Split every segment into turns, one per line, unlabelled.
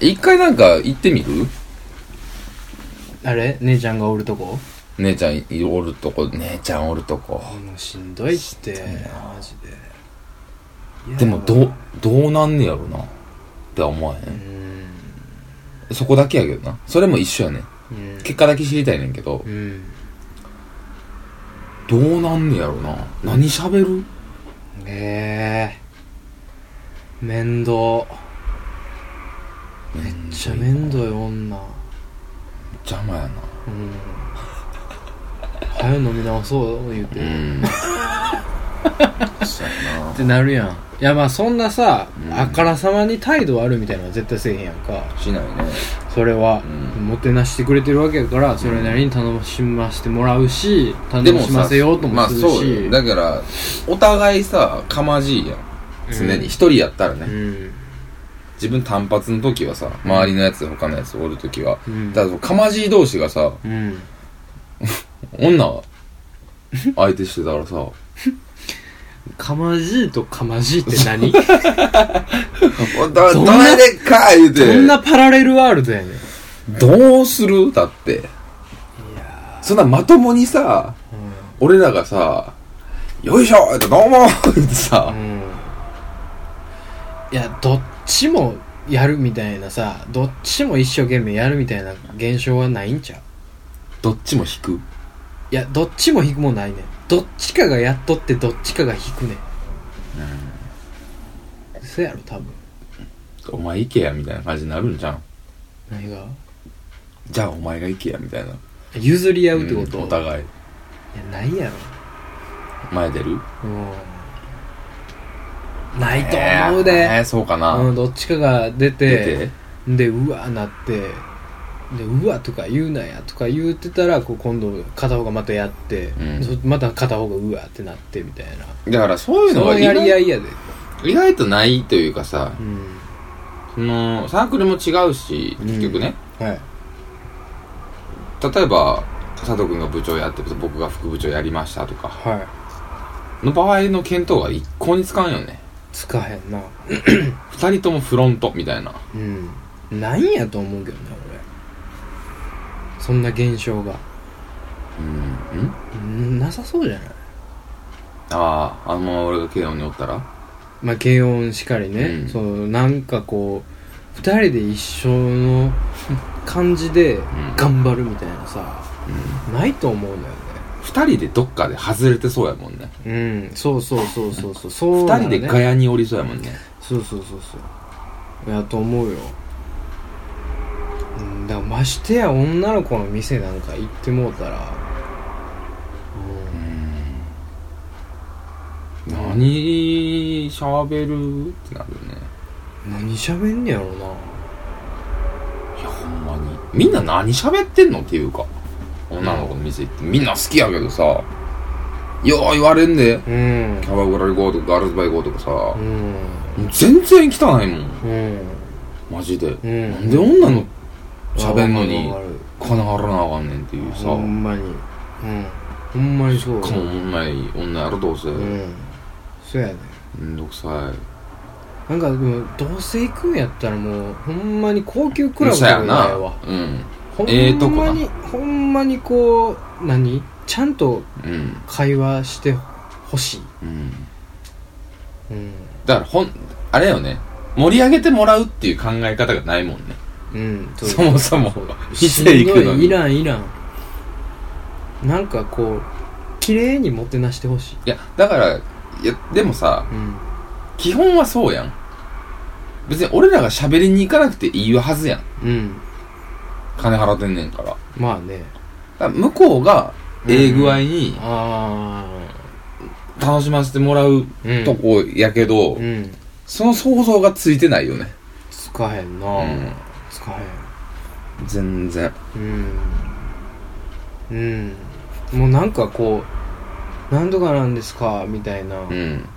一回なんか行ってみる
あれ姉ちゃんがおるとこ
姉ちゃんいおるとこ、姉ちゃんおるとこ。
もうしんどいってマジで
でも、
う
どう、どうなんねやろな。って思わへ
ー
ん。
ん
そこだけやけどな。それも一緒やねん。
うん
結果だけ知りたいねんけど
う、ん
どうなんねやろな。何喋る
ええ面倒
めっ
めっちゃ面倒い女
邪魔やな。
うん早よ飲み直そう言うて、
う
っ
ん。そうやな。
てなるやんいやまあそんなさ、
うん
あからさまに態度あるみたいなのは絶対せえへんやんか
しないね。
それは、
うん
もてなしてくれてるわけやからそれなりに楽しませてもらうし楽
でも
しま
さ
せようともするし、
まあそうよだからお互いさかまじいやん常
うん
に一人やったらね、
うん
自分単発の時はさ周りのやつ他のやつおる時は、
うん
だからかまじい同士がさ
うん
女相手してたらさ
かまじいとかまじいって 何
おだ
どん
どれ
な
でっか言うて
どんなパラレルワールドやねん
どうするだってそんなまともにさ俺らがさ「よいしょ!」って「どうも!」ってさ、
いやどっちもやるみたいなさどっちも一生懸命やるみたいな現象はないんちゃう
どっちも引く
いやどっちも引くもんないねんどっちかがやっとってどっちかが引くねんそやろ多分
お前行けやみたいな感じになるんじゃん
何が
じゃあお前が行けやみたいな
譲り合うってこと、
うんお
い
互い
やないやろ
前出る
うんないと思うで、
えーえーそうかな、
うん、どっちかが出て
出て
でうわーなってでうわとか言うなやとか言ってたらこう今度片方がまたやって、
うん
そまた片方がうわってなってみたいな
だからそういう
そ
の
の
が意
やり合
外
いやで
意外とないというかさ
うん
そのサークルも違うし
うん
結局ね、
はい
例えば佐藤君が部長やって僕が副部長やりましたとか
は
の場合の見当が一向につかんよね
いつかへんな
二人ともフロントみたいな
うんなんやと思うけどね俺そんな現象が
うんん
うんなさそうじゃない
あああのまま俺が慶応におったら
まあ軽音しかりね、
うん
そうなんかこう二人で一緒の感じで頑張るみたいなさ、ないと思うんだよね
二人でどっかで外れてそうやもんね
うんそうそうそうそうそうそう
二
なる
人
ね
でガヤにおりそうやもんね
そうそうそうそうやと思うようんだからましてや女の子の店なんか行ってもうたら
何喋るってなるよね
うん何喋んねやろない
やほんまにみんな何喋ってんのっていうか女の子の店行ってみんな好きやけどさよう言われんで
うん
キャバクラ行こうとかガールズバー行こうとかさ、
う
も
ん
う全然汚いもん
うん
マジで、
うん
なんで女の喋んのに
わかるわかる
金払わなあかんねんっていうさ
ほんまにうんほんまにそう
かももんない女やろどうせ
う
め
んそうやね
んどくさ
なんかでもどうせ行くんやったらもうほんまに高級
い
クラブと
そう
か
や
ぐら
ない
は
うん
ほんまに、
ええとこな
ほんまにこう何ちゃんと
うん
会話してほしい、
うん
うん
だからほんあれよね盛り上げてもらうっていう考え方がないもんね
うん、
そもそも
しん
店行く
ど
の
いい
に
らんいらんなんかこう綺麗にもてなしてほしい、
いやだからいやでもさ
うん、
基本はそうやん別に俺らが喋りに行かなくていいはずやん
うん
金払ってんねんからだか
まあね
ら向こうが
うん
ええ具合に
ああ
楽しませてもらう
うん
とこやけど、
うん
その想像がついてないよね
つかへんな、
うん
つか
全然
へんうんうんもうなんかこう何度かなんですかみたいな、
うん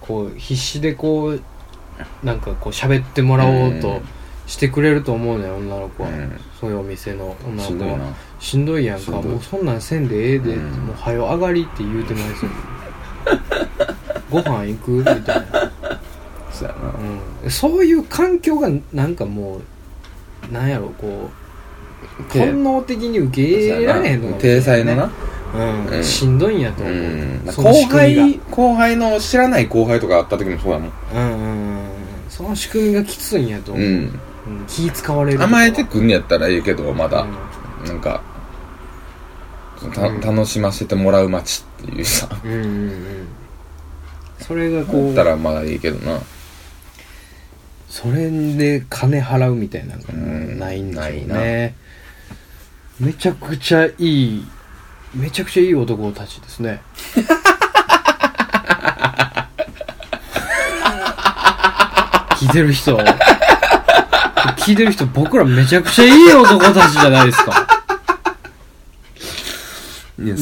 こう必死でこうなんかこう喋ってもらおう
う
と
ん
してくれると思うね女の子は、
うん
そういうお店の女
しんど
の
い
子は
な
しんどいやん
し
か
んどい
もうそんなんせんでええで、
うん
もう早上がりって言うてまいそうご飯行くみたいな、
そうやな
うん、そういう環境がなんかもうなんやろこう本能的に受け入れられへんのかもしれ
体裁
ん
のな、
う
うんん
しんどいんやと
う、
思うんその
後
仕組みが
輩後輩の知らない後輩とかあった時もそうやもん、
うんうんうんその仕組みがきついんやと
う、
思うんうん気使われるとか
甘えてくんやったらええけどまだ、なんかた
うん
楽しませてもらう街っていうさ
うんうんうんうんそれがこ
だ
う
ったらまだいいけどな
それで金払うみたいなのがも
う
うんないんだよ
な
ね、めちゃくちゃいいめちゃくちゃいい男たちで すね聞いてる人聞いてる人僕らめちゃくちゃいい男たちじゃないで すか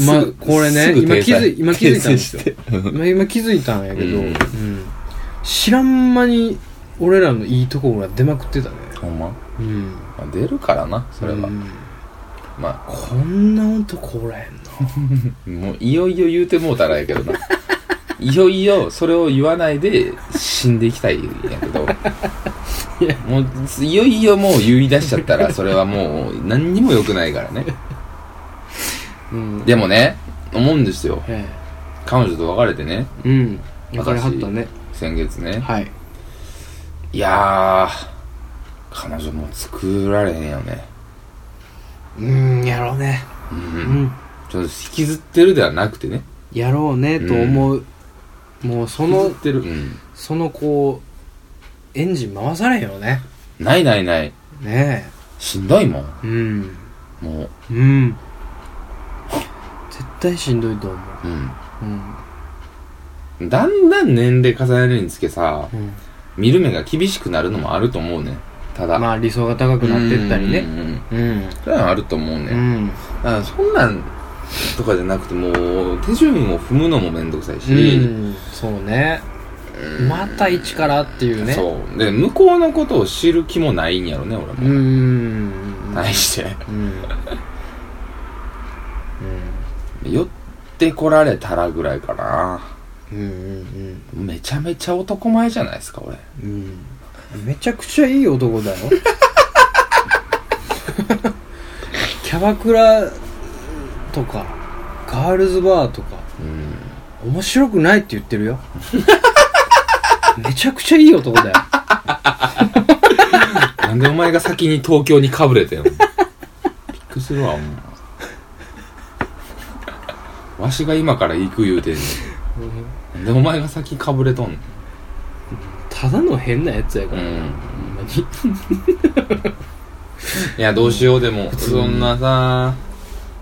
まあこれね今気づい今気づいたんですよ今今気づいたんやけど、
うん
うん知らん間に俺らのいいところが出まくってたね
ほんま、
うん
まあ、出るからなそれは、
うん
ま
こんな男おらへんの
あもういよいよ言うてもうたらやけどな いよいよそれを言わないで死んでいきたいんやけ どもういよいよもう言い出しちゃったらそれはもう何にも良くないからね
うん
でもね思うんですよ
え
彼女と別れてね
えうん分かりはったね
先月ね
はい
いやー彼女もう作られへんよね
うんやろうね
う
うんん
ちょっと引きずってるではなくてね
やろうねと思う、もうそ
引きず
の
ってるうん
そのこうエンジン回されへんよね
ないないない
ね
しんどいもん
えうん
もう
うん絶対しんどいと思う
う
うん
んだんだん年齢重ねるにつけさ
うん
見る目が厳しくなるのもあると思うねただ
まあ理想が高くなってったり
う
ね
んうんうん
うん
それはあると思う
う
ね
ん
だからそんなんとかじゃなくてもう手順を踏むのもめんどくさいし
うんそうねまた一からっていうね
そうで向こうのことを知る気もないんやろね俺
うー
も、
ん
対して
うん
寄ってこられたらぐらいかな
うんうん
めちゃめちゃ男前じゃないですか俺
うんうんめちゃくちゃいい男だよ キャバクラとかガールズバーとか
うん
面白くないって言ってるよ めちゃくちゃいい男だよ
なんでお前が先に東京にかぶれてんのびっくりするわお前わしが今から行く言うてんねんなんでお前が先かぶれとんの
ただの変なやつやか
う
ら、
ん
ほんまに
いやどうしようでもそんなさ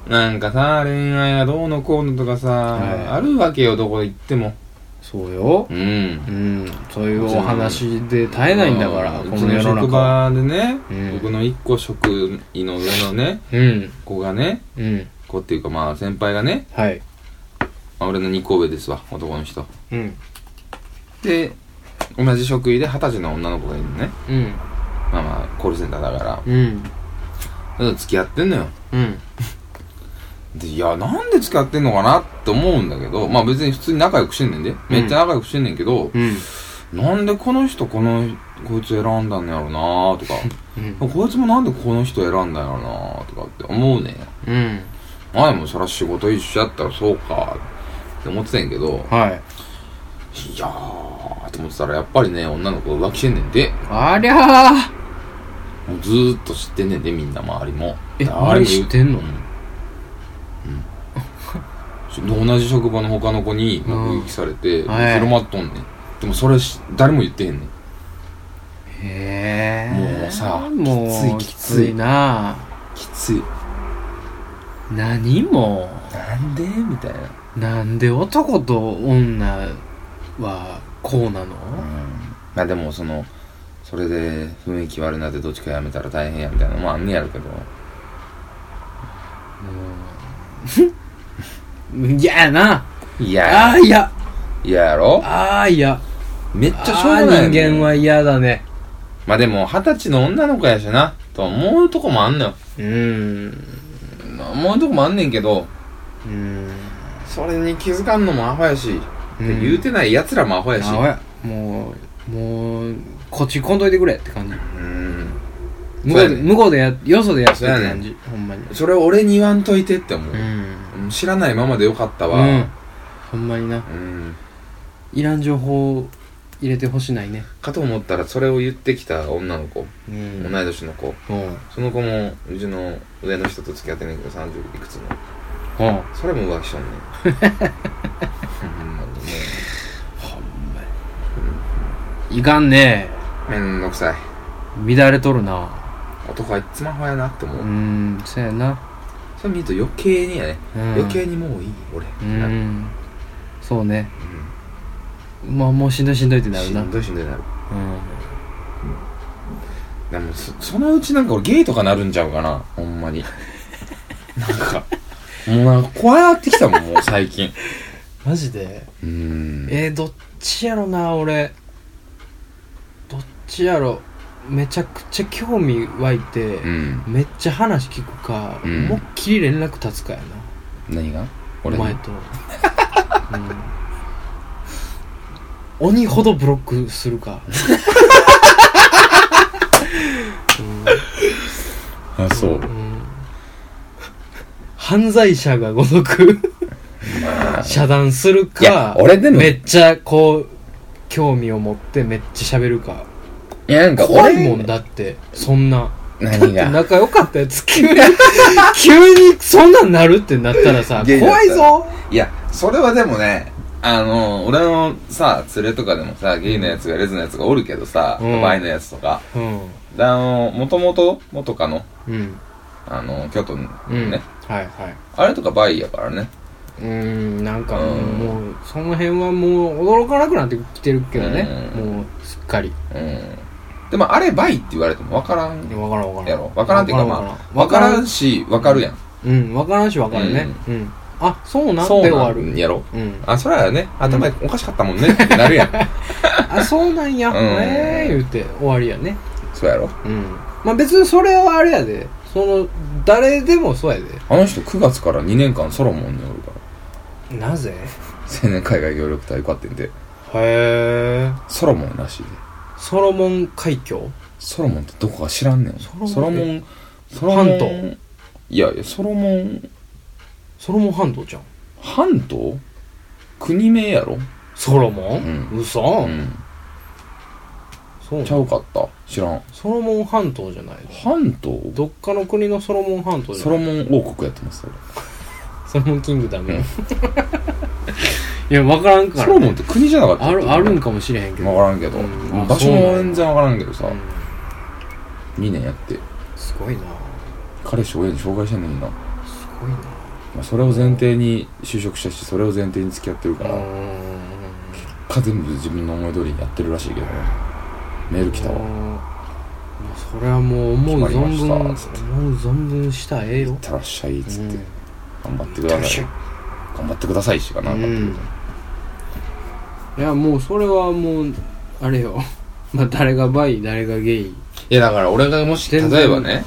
なんかさ恋愛がどうのこうのとかさ、
はい
あるわけよどこ行っても
そうよ
うん
うんそういうお話で絶えないんだから
うん
この
うち
世の
職
中は
場でね、
うん
僕の一個職位の上のね
うん
子がね
うん
子っていうかまあ先輩がね、
はい
まあ、俺の二個上ですわ男の人
うん
で同じ職位で二十歳の女の子がいるのね
うん
まあまあコールセンターだから
うん
それと付き合ってんのよ
うん
でいやなんで付き合ってんのかなって思うんだけどまあ別に普通に仲良くしてんねんでめっちゃ仲良くしてんねんけど、
うん
なんでこの人このこいつ選んだんやろなとか こいつもなんでこの人選んだんやろなとかって思うねん
うん
前もそら仕事一緒やったらそうかって思ってたんやけど
はい
いやーって思ってたらやっぱりね女の子が浮気してんねんで
ありゃー
もうずーっと知ってんねんでみんな周りも
え
誰も言う
周り知ってんの
うん、うん同じ職場の他の子に
うん
目撃されて、
はい
広まっとんねんでもそれし誰も言ってへんねん
へえ
もうさ
もう
きつい
き
きつい
ついな
きつい
何も
なんでみたいな、
なんで男と女はこうなの
まあでもそのそれで雰囲気悪なってどっちかやめたら大変やみたいなのもあんねやろけど
嫌やない
や
ああ嫌
いややろ
ああ嫌
めっちゃしょう
あ
がない
ー人間は嫌だね
まあでも二十歳の女の子やしなと思うとこもあんのよ
うん
思うとこもあんねんけど
うん
それに気づかんのもアホやし、
うん
言うてない奴らもアホやし
あおやもうもうこっち来んといてくれって感じ
うん
向こ
そ
うで、
うやね
向こうでやよそでやってる
そうやね
感じ、ほんまに
それ俺に言わんといてって思う、う
ん
ん知らないままでよかったわ
うんほんまにな
うん
いらん情報入れてほしないね
かと思ったらそれを言ってきた女の子、
うん
同い年の子
うんうん
その子もうちの上の人と付き合ってんねんけど30いくつの
ほんま
それも浮気しとんねん ほんまにも
にいかんね
うめんどくさい
乱れとるな
男はいつまほやなって思
う
う、
んそうやな
それ見ると余計にやね、
うん
余計にもういい俺
う
なる
んそうねまあもうしんどいしんどいって
うん
なる
し
なん
どいしんどいなる
う
で
ん
もそそのうちなんか俺ゲイとかなるんちゃうかなほん まになんかもうなんか怖なってきたもんもう最近
マジで
うん
えー、どっちやろな俺どっちやろめちゃくちゃ興味湧いて、
うん
めっちゃ話聞くか、
うん
思いっきり連絡立つかやな
何が
お
俺に
前と、うん、鬼ほどブロックするか、
あそう
うん犯罪者がごとく遮断する
いや
か
俺でも
めっちゃこう興味を持ってめっちゃ喋るか
いやなんか
怖
俺
いもんだってそんな
何が
仲良かったやつ急に急にそんなんなるってなったらさ
ゲイだった
怖いぞ
いや、それはでもね、あの、俺のさ、連れとかでもさ、ゲイのやつがレズのやつがおるけどさ、
うん
バイのやつとか、
うん
であの、もともと、元カノ、
うん
あの、京都のね、
うんはいはい
あれとかバイやからね。
うーんなんか
うん
もうその辺はもう驚かなくなってきてるけどね
う
もうすっかり
うん。でもあれバイって言われても分から
い
ん
やわからんわか
や
らん
ろ。分からんっていうかまあ、分
わ
から
わ
んし、分かるやん。
うんわからんしわかるねうんあそうなんて
そう
終
な
わる
んやろ。
うん
あ、それはね、頭おかしかったもんねってなる やん。
あそうなんや
うん
ええ言うて終わりやね
そうやろ。
うんまあ別にそれはあれやでその誰でもそうや
あの人9月から2年間ソロモンにおるから。
でなぜ
青年海外協力隊受かってんで、
へえ
ソロモンらしいで。
ソロモン海峡
ソロモンってどこか知らんねん
ソロモンって
ソロモンソ
半島
いやいやソロモン
ソロモン半島じゃん
半島国名やろ
ソロモン
う
嘘
うん
そう
ちゃうかった知らん
ソロモン半島じゃない
半島
どっかの国のソロモン半島じゃ
ソ
な
ロ
い
モン王国やってます
ソロモンキングダム、
うん
いや分からんか
俺
ら、
ソロモンって国じゃなかった
あるあるんかもしれへんけど、
分からんけど
うん
場所も全然分からんけどさ
うん
2年やって
すごいな
彼氏親に紹介してんのにな
すごいな
まあそれを前提に就職したしそれを前提に付き合ってるから
うーん
か全部自分の思い通りにやってるらしいけどねメール来たわ
もうそれはもう思う存
決
分
まり
思う
ました
存分したらええ
行
よ
ったらっしゃいっつって
うん
頑張ってください頑張ってくださいしかなかったけど、
うんいやもうそれはもうあれよ まあ誰がバイ誰がゲイ
いやだから俺がもし
全然
例えばね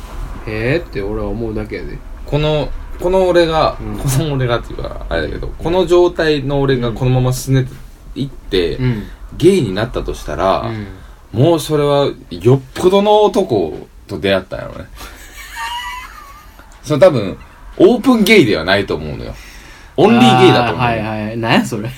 へえって俺は思うだけやで
このこの俺が、
うん
この俺がっていうかあれだけどこの状態の俺がこのまま進めていって、
ん
ゲイになったとしたら、
うん
もうそれはよっぽどの男と出会ったんやろね それ多分オープンゲイではないと思うのよオンリーゲイだと思う、
あーはいはい何やそれ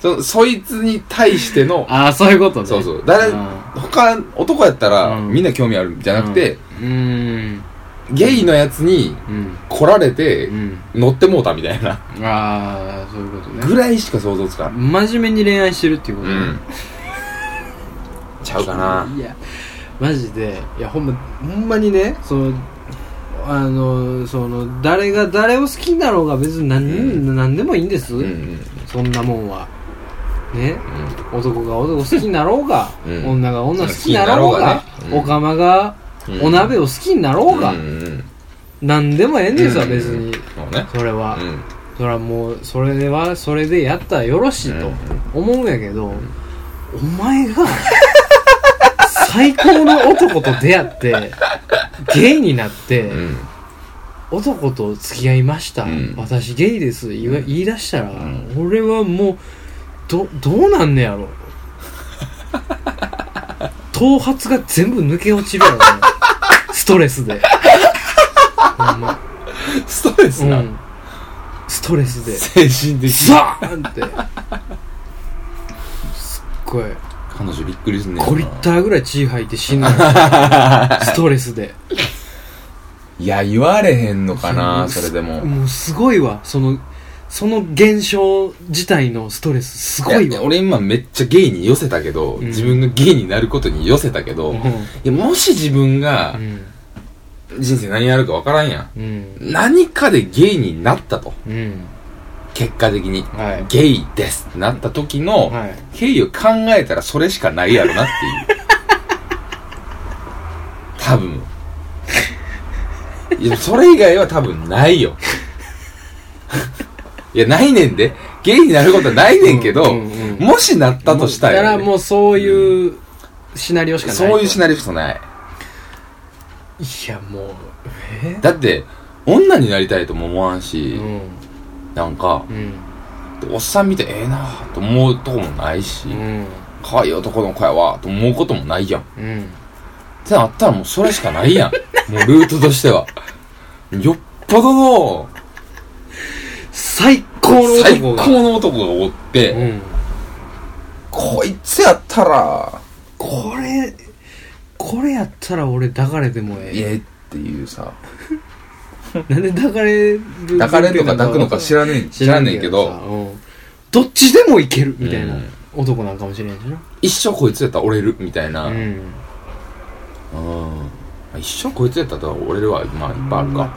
そそいつに対しての
ああそういうことね
そうそう誰
あ
他男やったら、
うん
みんな興味あるじゃなくて、
ーうーん
ゲイのやつに
うん
来られて、
うん
乗ってもうたみたいな
ああそういうことね
ぐらいしか想像つかん
真面目に恋愛してるっていうことね、
ちゃうかない
やマジでいやほんまほんまにねそのあのその誰が誰を好きだろうが別に何,、、
うん
何でもいいんです、
うんうん
そんなもんはね男が男好きなろうが、
うん
女が女好きなろうが
好きになろうがねうん
おかまが
うん
お鍋を好きになろうが、
うんうん
何でもええんですわ、
うん
別に、
そうね
それは、
うん
それはもうそれはそれでやったらよろしいと思うんやけど、お前が最高の男と出会ってゲイになって、
うん
男と付き合いました、
うん
私ゲイです言わ言い出したら、
ん
俺はもうどどうなんねや ろ頭髪が全部抜け落ちるやろストレスでほんま
ストレス
う
な、
んストレスで
精神的
ザーンってすっごい
彼女びっくりすんねんな
5リッターぐらい血吐いて死 ぬストレスで
いや言われへんのかなそれでも
もうすごいわそのその現象自体のストレスすごい
いや
わ
俺今めっちゃゲイに寄せたけど、
うん
自分がゲイになることに寄せたけど、
うん
いやもし自分が人生何やるかわからんやん
うん
何かでゲイになったと
うん
結果的に、
はい
ゲイですってなった時の、
はい
経緯を考えたらそれしかないやろなってい う多分いやそれ以外は多分ないよいやないねんでゲイになることはないねんけど、
うんうんうん
もしなったとした、
だかららもうそういううシナリオしかない
そういうシ
ナ
ナリオしかない
リオいやもうえ
だって女になりたいとも思わんし、
うん
なんか
うん
おっさん見てええなと思うとこもないし、
うん
可愛い男の子やわと思うこともないやん
うん
ってなったらもうそれしかないやん。もうルートとしては。よっぽどの
最高の
最
男
高
が
の男がおって、
うん
こいつやったら、
これこれやったら俺抱かれてもえ
えっていうさ、
えなんで抱かれる
抱かれるのか抱くのか知らねえ、知らねえけ
さ
ど、
うんどっちでもいけるみたいな
うん
男なんかもしれんしな
一生こいつやったら折れるみたいな。
う
うん。
ん
一生こいつやったら折れるわ、まあいっぱいあるか。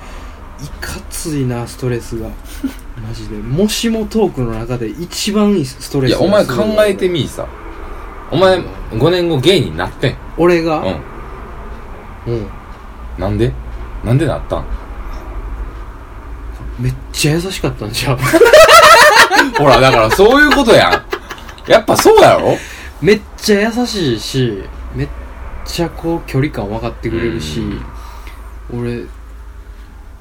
いかついなストレスが マジでもしもトークの中で一番ストレ
い
スが
や、お前考えてみいさ。お前、5年後ゲイになってん。
俺
う
が
ん。
うん
なんでなんでなったん
めっちゃ優しかったんちゃう
ほら、だからそういうことやん。やっぱそうやろ
めっちゃ優しいしめっちゃこう距離感分かってくれるし俺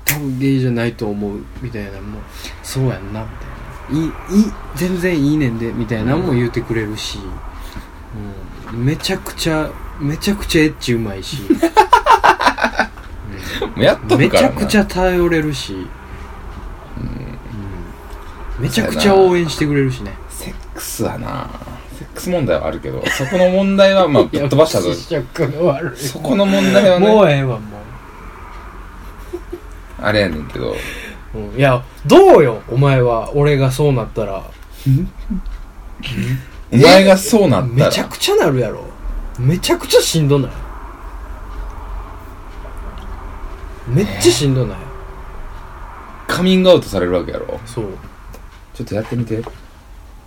多分ゲイじゃないと思うみたいなもうそうやんなみたいないいいい全然いいねんでみたいなのも言うてくれるし、うん、めちゃくちゃめちゃくちゃエッチうま いし、うん
やっと
め
る
ち
から
ゃ
な
くちゃ頼れるし、うんめちゃくちゃ応援してくれるしね
セックスはなセックス問題はあるけどそこの問題は まあぶっ飛ばした
い
ぞ
や試食が悪い
そこの問題は
も
ね
うええわも
あれやねんけど
う、うんいやどうよお前は俺がそうなったら
お前がそうなった
め
ら
ちゃくちゃなるやろめちゃくちゃしんどないめっちゃしんどない、
カミングアウトされるわけやろ
そう
ちょっとやってみて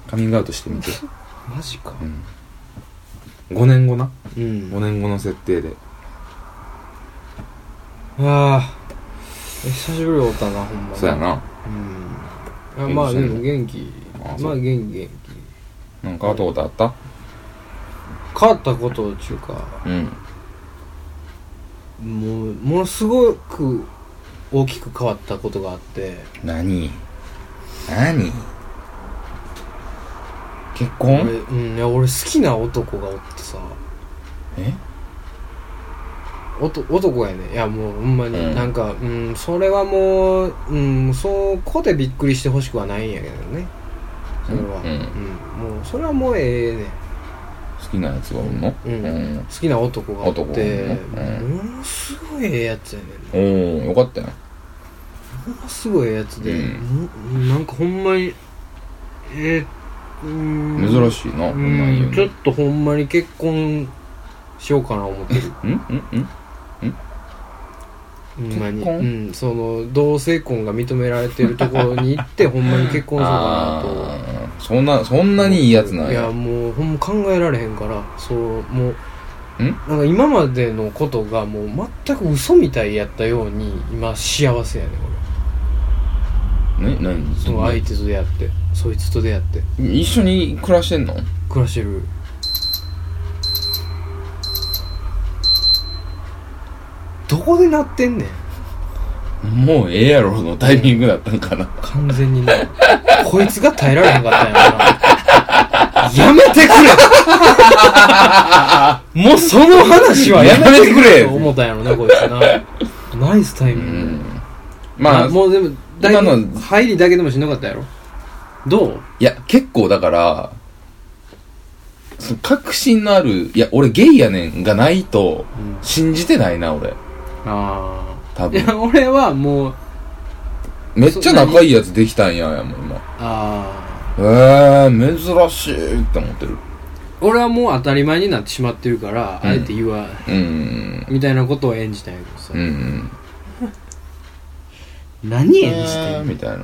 カミングアウトしてみて
マジか
5年後な
うん
5年後の設定で
ああ久しぶりおったなほんまに
そうやな
うんあまあでも元気
あそう
まあ元気元気
なんか変わったことあっ
変わったことっちゅうか
たうん
もうものすごく大きく変わったことがあって
何何結
俺,、
婚
うん、いや俺好きな男がおってさ
え
おと男やねいやもうほんまに、
うん
なんか、うん、それはもう、うん、そこでびっくりしてほしくはないんやけどねそれは、
うん
うんもうそれはもうええね
好きなやつがおるの
うん好きな男がおっ
男
て、
ねう
ものすごいええやつやねん
おーよかったよ
ものすごいええやつで、
うん
うんなんかほんまにえー、うん
珍しいなこんなん言う
うん
の
ちょっとほんまに結婚しようかな思ってる
んんん
ほんまに
結婚
うん、その同性婚が認められてるところに 行ってほんまに結婚しようかなと
あーそんなそんなにいいやつなん
いや
や
もうほんま考えられへんからそうもうんなんか今までのことがもう全く嘘みたいやったように今幸せやね
ね何
俺その相手と出会ってそいつと出会って
一緒に暮らしてんの
暮らしてるどこでなってんねん
もうええやろのタイミングだったんかな
完全にねこいつが耐えられへんかったんやろやめてくれ もうその話はやめてくれ
やめてくれ
と思ったんやろな、こいつな。ナイスタイ
う
ミング。
んまあ
もうでも、だい
今の
ぶ入りだけでもしんどかったやろどう
いや結構だからその確信のある「いや俺ゲイやねん」がないと
うん
信じてないな俺
あ
多
あ。い
分
や、俺はもう、
めっちゃ仲いいやつできたんややもん今
ああ。
えー、珍しいって思ってる
俺はもう当たり前になってしまってるから、
うん
あえて言わ、
うん
みたいなことを演じたんやけどさ
うんう。ん
何演じて
えー
んの
みたいな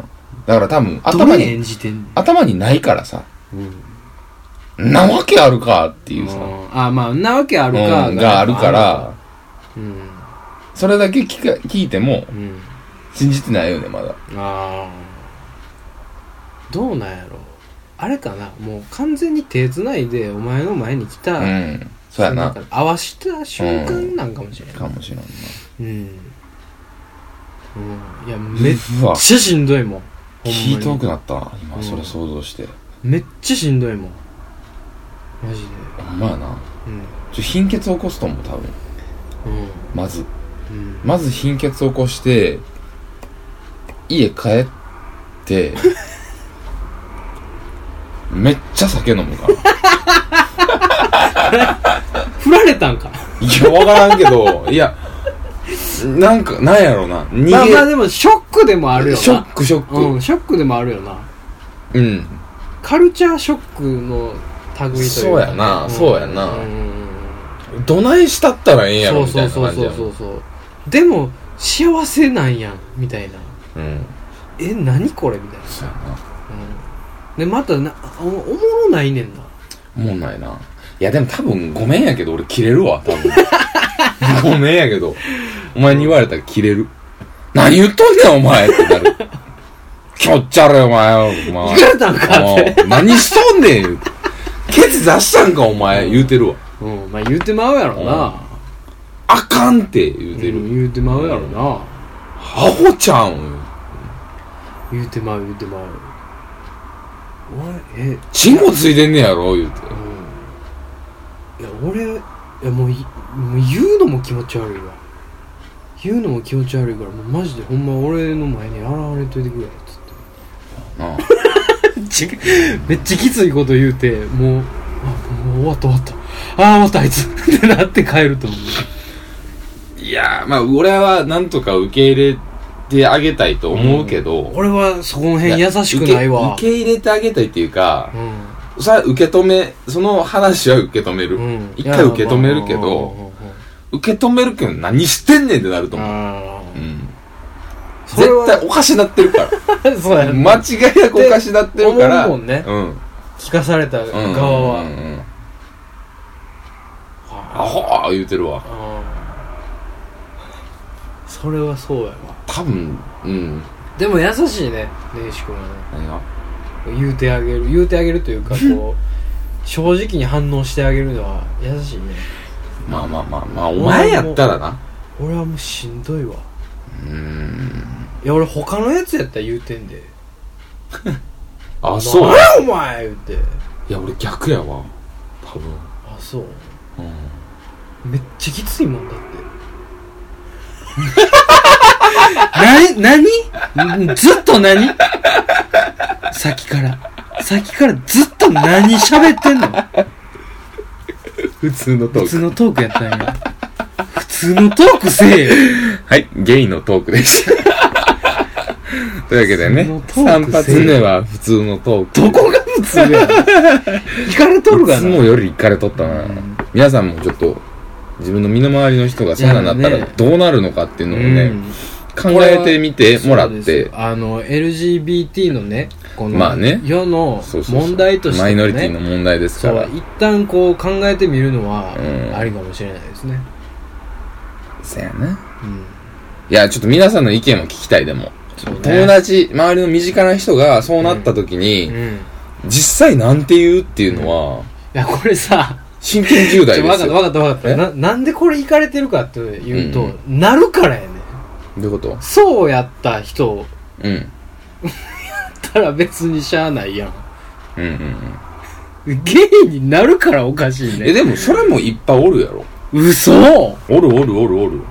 だから多分
ど
頭
れ
に
演じてんの
頭にないからさ
うん
なわけあるかっていうさ
うんあまあんなわけあるか
うんがあるから
うん
それだけ聞か聞いても
うん
信じてないよねまだ
ああどうなんやろあれかなもう完全に手繋いでお前の前に来た、
うんそうやなん
か合わした瞬間なんかもしれない
かもしれんな
うん、うんいやめっ
うわ
ちゃしんどいもんほんまに
聞いてくなったな
う
今
ん
それ想像して
めっちゃしんどいもんマジで
ほんまやな
うん
ちょ貧血起こすと思う多分
うん
まず
うん
まず貧血起こして家帰って めっちゃ酒飲むから
振られたんか
いや、わからんけど、いや、なんか、なんやろな。逃げ、
まあまあでもショックでもあるよな
ショック、ショ
う
ッ
んショックでもあるよな
ク。うん。
カルチャーショックの類というか
そうやなんそうやなんどないしたったらええんや
そ
ろ、
う
みた
そ
いうな
そ
感じ
うそ
や
うんそうそうでも幸せなんやんみたいな
うん。
え何これみたいな、
そうや
うん、でまたなおおもろないねんな
な。もうないな。いや、でも多分、ごめんやけど、俺、切れるわ、多 分。ごめんやけど、お前に言われたら切れる。何言っとんねん、お前ってなる。きょっちゃれ、お前よ、お前
振。られたんかって
おう何しとんねん、言うて。ケツ出したんか、お前、言うてるわ。
うんまあ言うてまうやろな
あかんって、言うて
うん
る。
言うてまうやろな
アホちゃん、
言うてまう言うてまう俺え
チンコついてんねやろ言うて。
いや俺いやもういもう言うのも気持ち悪いわ言うのも気持ち悪いからもうマジでほんま俺の前に現れといてくれっつっ
な
て
あ
めっちゃきついこと言うてもうあもう終わった終わったああ終わったあいつってなって帰ると思う
いやー、まあ、俺はなんとか受け入れてあげたいと思うけど。
俺はそこの辺
いや
優しくないわ
受け受け入れてあげたいっていうか
う、ん
それは受け止め、その話は受け止める。
うん
一回受け止めるけど
うんうんうん
受け止めるけど何してんねんってなると
うん
思う。
あ
う
ー
ん。
それ
絶
は
対おかしなってる から。
そうや
間違いなくおかしなってるから。
思うもんね
うん。
聞かされた
うん。
側は、
うんうんアホー言うてるわ。
それはそうやわ
多分、うん。
でも優しいね根岸君は
何が
ね言うてあげる言うてあげる というかこう正直に反応してあげるのは優しいね
まあまあまあまあ、お前やったらな。
俺はもうしんどいわ
うーん。
いや俺他のやつやったら言うてんで
あ、そう
あ。れお前言うて
いや、俺逆やわ。多分。
あそう
うん。
めっちゃきついもんだってな 何んずっと何さっきからさっきからずっと何喋ってんの
普通のト
普
ー
通
ク。
のトークやったんや普通のトークせえよ
はい、ゲイのトークで した。というわけでね、
普通のトー
三
ク
発目は普通のトーク。どこが普通や
聞かれとる
い
が
つ
な
もより行かれとったな。皆さんもちょっと、自分の身の回りの人がそんなになった
いや
ら
ね
どうなるのかっていうのをね、
うん
考えてみてもら
そう
っ
ですよ
て、
あの LGBT のねこの、
まあね
世の
そうそうそう
問題として、ね、
マイノリティの問題です
そ
から
う。一旦こう考えてみるのは
うん
ありかもしれないですね、
そうやな。
うん
いや、ちょっと皆さんの意見も聞きたい、でも。
そうね
友達、周りの身近な人がそうなった時に、
うんい
実際なんて言うっていうのは、
やこれさ
真剣10代
ちょ
で
わ
す
かった
よ。
わかったわかった
え
ななんでこれいかれてるかっていうと、
うん
なるからやねん
どういうこと
そうやった人
うん。
たら別にしゃあないやん
うんうんうん。
ゲイになるからおかしい
え、
ね。
でもそれもいっぱいおるやろ。
嘘
おるおるおるおる。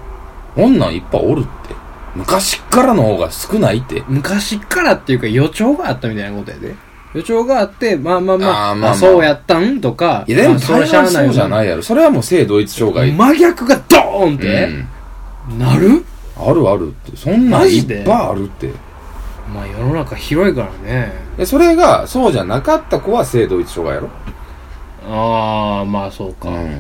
女いっぱいおるって。昔っからの方が少ないって。
昔からっていうか予兆があったみたいなことやで。予兆があって、まあまあまあ、
あーまあまあ
あそうやったんとか、
いや、で
ま
も
あそれ
大
しゃ
半
あな
そうじゃないいやろ。それはもう性同一障
わ
害。
真逆がドーンっ
う
て、
ん
なる
あるあるって。そんなん
マ
い
ジ
っぱ
で
いあるって。
まあ世の中広いからね。
で、それが、そうじゃなかった子は性同一障害や
ああ、まあそうか。
ろ。
うん。
ん。
うん、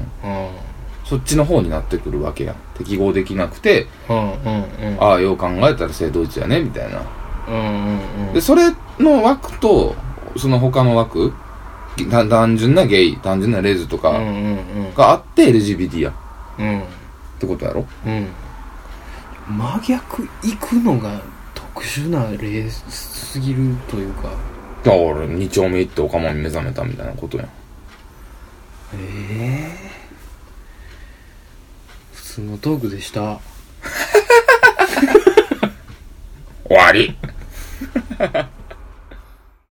そっちの方になってくるわけやん。適合できなくて、
うん、うん。
ああ、よう考えたら性同一やね、みたいな。
うん、うん、う
で、
ん。
それの枠と、その他の枠、だ単純なゲイ、単純なレズと
うん、う
か
ん、
があって LGBT やっ
うん。うん。
てことやろ
うん。真逆行くのが特殊な例すぎるというか。
だから俺、二丁目行ってオカマに目覚めたみたいなことやん。
ええ普通のトークでした。
終わり